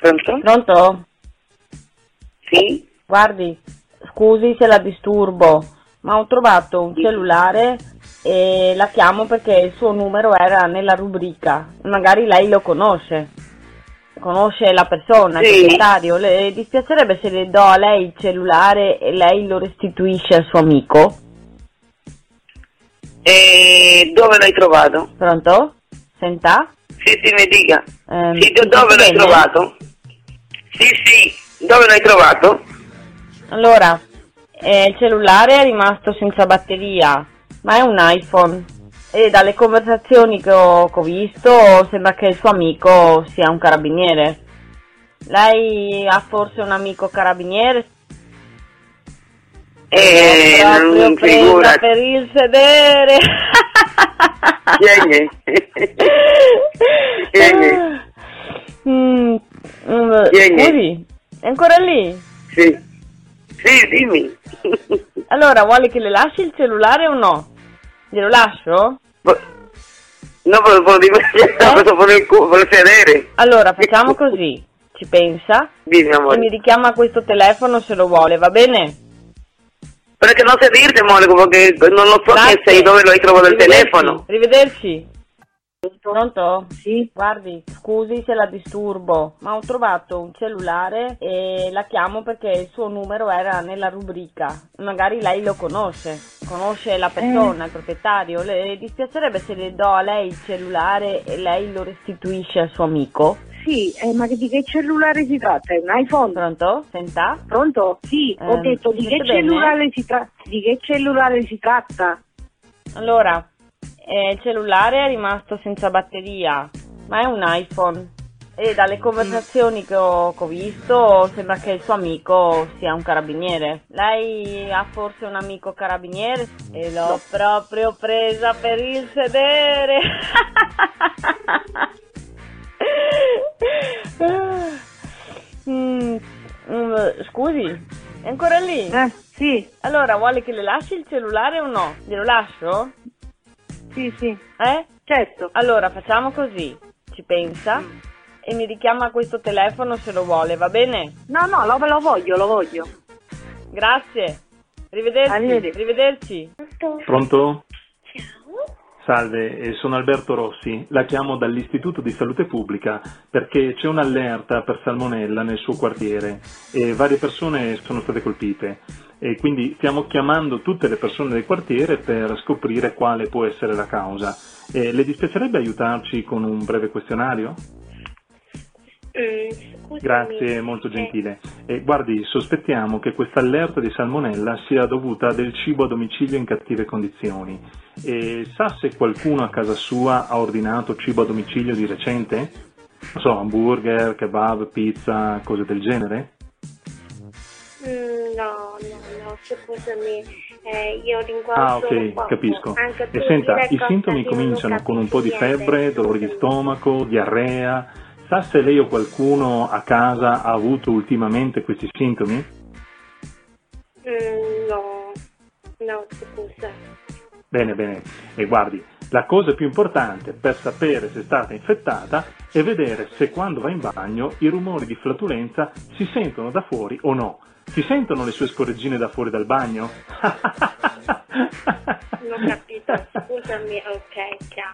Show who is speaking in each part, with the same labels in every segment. Speaker 1: Pronto?
Speaker 2: Pronto?
Speaker 1: Sì?
Speaker 2: Guardi, scusi se la disturbo, ma ho trovato un cellulare e la chiamo perché il suo numero era nella rubrica. Magari lei lo conosce. Conosce la persona, il
Speaker 1: Sì.
Speaker 2: segretario. Le dispiacerebbe se le do a lei il cellulare e lei lo restituisce al suo amico?
Speaker 1: E dove l'hai trovato?
Speaker 2: Pronto? Senta?
Speaker 1: Sì, sì, mi dica.
Speaker 2: Ehm,
Speaker 1: sì, do-
Speaker 2: mi
Speaker 1: dove
Speaker 2: sente
Speaker 1: l'hai
Speaker 2: bene?
Speaker 1: trovato? Sì, sì, dove l'hai trovato?
Speaker 2: Allora, eh, il cellulare è rimasto senza batteria, ma è un iPhone. E dalle conversazioni che ho, che ho visto sembra che il suo amico sia un carabiniere. Lei ha forse un amico carabiniere?
Speaker 1: Eh,
Speaker 2: L'ho
Speaker 1: non
Speaker 2: proprio presa
Speaker 1: figura.
Speaker 2: per il sedere.
Speaker 1: Vieni. Vieni.
Speaker 2: Mm, mm,
Speaker 1: Vieni.
Speaker 2: scusi, è ancora lì?
Speaker 1: Sì. Sì, dimmi.
Speaker 2: Allora, vuole che le lasci il cellulare o no? Glielo lascio?
Speaker 1: No, per, per, per, per, il cu- per il sedere.
Speaker 2: Allora, facciamo così. Ci pensa
Speaker 1: Dimmi,
Speaker 2: e mi
Speaker 1: amore.
Speaker 2: richiama a questo telefono se lo vuole, va bene?
Speaker 1: Perché non so dirti, amore, perché non lo so che
Speaker 2: Grazie.
Speaker 1: sei, dove l'hai trovato il
Speaker 2: Arrivederci,
Speaker 1: telefono.
Speaker 2: Arrivederci. Pronto? Sì. Guardi, scusi se la disturbo, ma ho trovato un cellulare e la chiamo perché il suo numero era nella rubrica. Magari lei lo conosce, conosce la persona, il proprietario. Le dispiacerebbe se le do a lei il cellulare e lei lo restituisce al suo amico?
Speaker 3: Sì, eh, ma di che cellulare si tratta? È un iPhone?
Speaker 2: Pronto? Senta?
Speaker 3: Pronto? Sì, ho
Speaker 2: Ehm,
Speaker 3: detto di
Speaker 2: mi
Speaker 3: che,
Speaker 2: sente
Speaker 3: cellulare si tra- di che cellulare si tratta?
Speaker 2: Allora, eh, il cellulare è rimasto senza batteria, ma è un iPhone. E dalle conversazioni che ho, che ho visto sembra che il suo amico sia un carabiniere. Lei ha forse un amico carabiniere? E l'ho proprio presa per il sedere. Mm, mm, scusi, è ancora lì?
Speaker 3: Eh, sì,
Speaker 2: Allora, vuole che le lasci il cellulare o no? Glielo lascio?
Speaker 3: sì, sì,
Speaker 2: Eh?
Speaker 3: certo.
Speaker 2: Allora, facciamo così. Ci pensa e mi richiama a questo telefono se lo vuole, va bene?
Speaker 3: No, no, lo, lo voglio, lo voglio.
Speaker 2: Grazie. Arrivederci.
Speaker 3: Arrivederci.
Speaker 2: Arrivederci.
Speaker 4: Pronto?
Speaker 5: Ciao.
Speaker 4: Salve, eh, sono Alberto Rossi, la chiamo dall'Istituto di Salute Pubblica perché c'è un'allerta per salmonella nel suo quartiere e varie persone sono state colpite e quindi stiamo chiamando tutte le persone del quartiere per scoprire quale può essere la causa. Eh, le dispiacerebbe aiutarci con un breve questionario?
Speaker 6: Eh,
Speaker 5: Mm, scusami.
Speaker 4: Grazie, molto gentile. E guardi, sospettiamo che questa allerta di salmonella sia dovuta a del cibo a domicilio in cattive condizioni. E sa se qualcuno a casa sua ha ordinato cibo a domicilio di recente? Non so, hamburger, kebab, pizza, cose del genere?
Speaker 5: Mm, no, no, no, scusami. Eh, io linguaggio
Speaker 4: Ah,
Speaker 5: un
Speaker 4: ok,
Speaker 5: po'
Speaker 4: capisco.
Speaker 5: Anche tu
Speaker 4: E senta,
Speaker 5: dire
Speaker 4: i
Speaker 5: cosa
Speaker 4: sintomi
Speaker 5: io non
Speaker 4: cominciano con un po' di
Speaker 5: capisco
Speaker 4: febbre,
Speaker 5: niente,
Speaker 4: dolori di
Speaker 5: scusami.
Speaker 4: stomaco, diarrea. Sa se lei o qualcuno a casa ha avuto ultimamente questi sintomi?
Speaker 5: Mm, no, no, scusa.
Speaker 4: Bene, bene. E guardi, la cosa più importante per sapere se è stata infettata è vedere se quando va in bagno i rumori di flatulenza si sentono da fuori o no. Si sentono le sue scorreggine da fuori dal bagno?
Speaker 5: Non ho capito, scusami. Ok, ciao.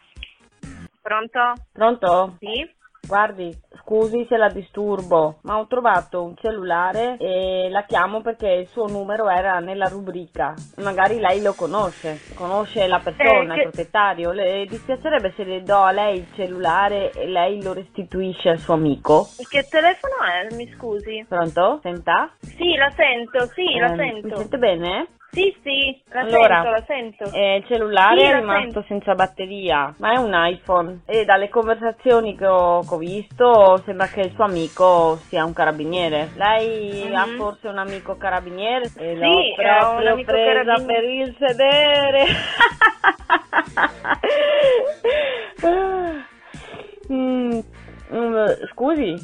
Speaker 6: Pronto?
Speaker 2: Pronto?
Speaker 6: Sì?
Speaker 2: Guardi, scusi se la disturbo, ma ho trovato un cellulare e la chiamo perché il suo numero era nella rubrica. Magari lei lo conosce, conosce la persona,
Speaker 6: Eh, che-
Speaker 2: il proprietario. Le dispiacerebbe se le do a lei il cellulare e lei lo restituisce al suo amico?
Speaker 6: Che telefono è? Mi scusi.
Speaker 2: Pronto? Senta?
Speaker 6: Sì, la sento, sì, la
Speaker 2: Ehm, Mi
Speaker 6: sento.
Speaker 2: sente bene?
Speaker 6: Sì, sì, la
Speaker 2: Allora,
Speaker 6: sento, la sento.
Speaker 2: Eh, il cellulare
Speaker 6: Esatto. Sì,
Speaker 2: è
Speaker 6: la
Speaker 2: rimasto senza batteria, ma è un iPhone. E dalle conversazioni che ho, che ho visto sembra che il suo amico sia un carabiniere. Lei
Speaker 6: Mhm.
Speaker 2: ha forse un amico carabiniere? E
Speaker 6: Sì,
Speaker 2: l'ho
Speaker 6: è un
Speaker 2: proprio
Speaker 6: amico
Speaker 2: presa
Speaker 6: carabiniere.
Speaker 2: per il sedere. Mm, mm, scusi,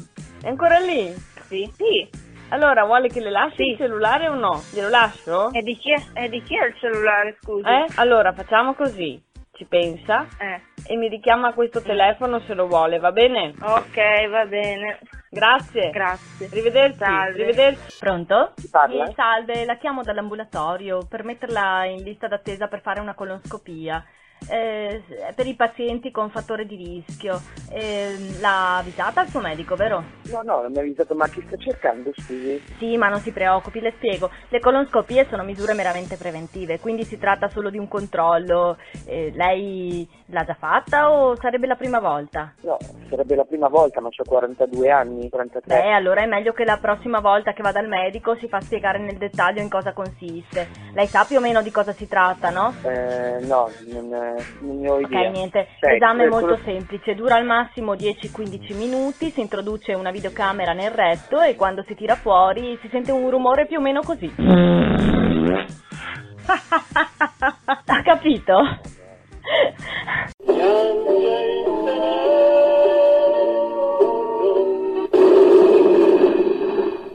Speaker 2: è ancora lì?
Speaker 6: Sì, sì.
Speaker 2: Allora, vuole che le lasci
Speaker 6: Sì. Eh,
Speaker 2: il cellulare o no? Glielo lascio?
Speaker 6: E di chi è, e di chi è il cellulare, scusi?
Speaker 2: Eh? Allora, facciamo così.
Speaker 7: ci pensa
Speaker 6: Eh.
Speaker 7: e mi richiama a questo telefono se lo vuole, va bene?
Speaker 6: Ok, va bene.
Speaker 7: Grazie.
Speaker 6: Grazie.
Speaker 7: Arrivederci.
Speaker 6: Salve.
Speaker 7: Arrivederci.
Speaker 2: Pronto?
Speaker 1: parla?
Speaker 2: Eh, salve, la chiamo dall'ambulatorio per metterla in lista d'attesa per fare una colonscopia. Eh, s- per i pazienti con fattore di rischio. Eh, l'ha avvisata il suo medico, vero?
Speaker 1: No, no, non mi ha avvisato, ma chi sta cercando, scusi?
Speaker 2: Sì, ma non si preoccupi, le spiego. Le colonscopie sono misure meramente preventive, quindi si tratta solo di un controllo. Eh, lei l'ha già fatta o sarebbe la prima volta?
Speaker 1: No, sarebbe la prima volta, ma ho 42 anni, 43.
Speaker 2: Beh, Eh, allora è meglio che la prossima volta che va dal medico si fa spiegare nel dettaglio in cosa consiste. Lei sa più o meno di cosa si tratta, no?
Speaker 1: Eh, no, non, eh, non ne ho
Speaker 2: Ok,
Speaker 1: idea.
Speaker 2: niente.
Speaker 1: Cioè,
Speaker 2: L'esame è
Speaker 1: eh,
Speaker 2: molto
Speaker 1: quello-
Speaker 2: semplice, dura al massimo 10-15 minuti, si introduce una videocamera nel retto e quando si tira fuori si sente un rumore più o meno così. ha capito?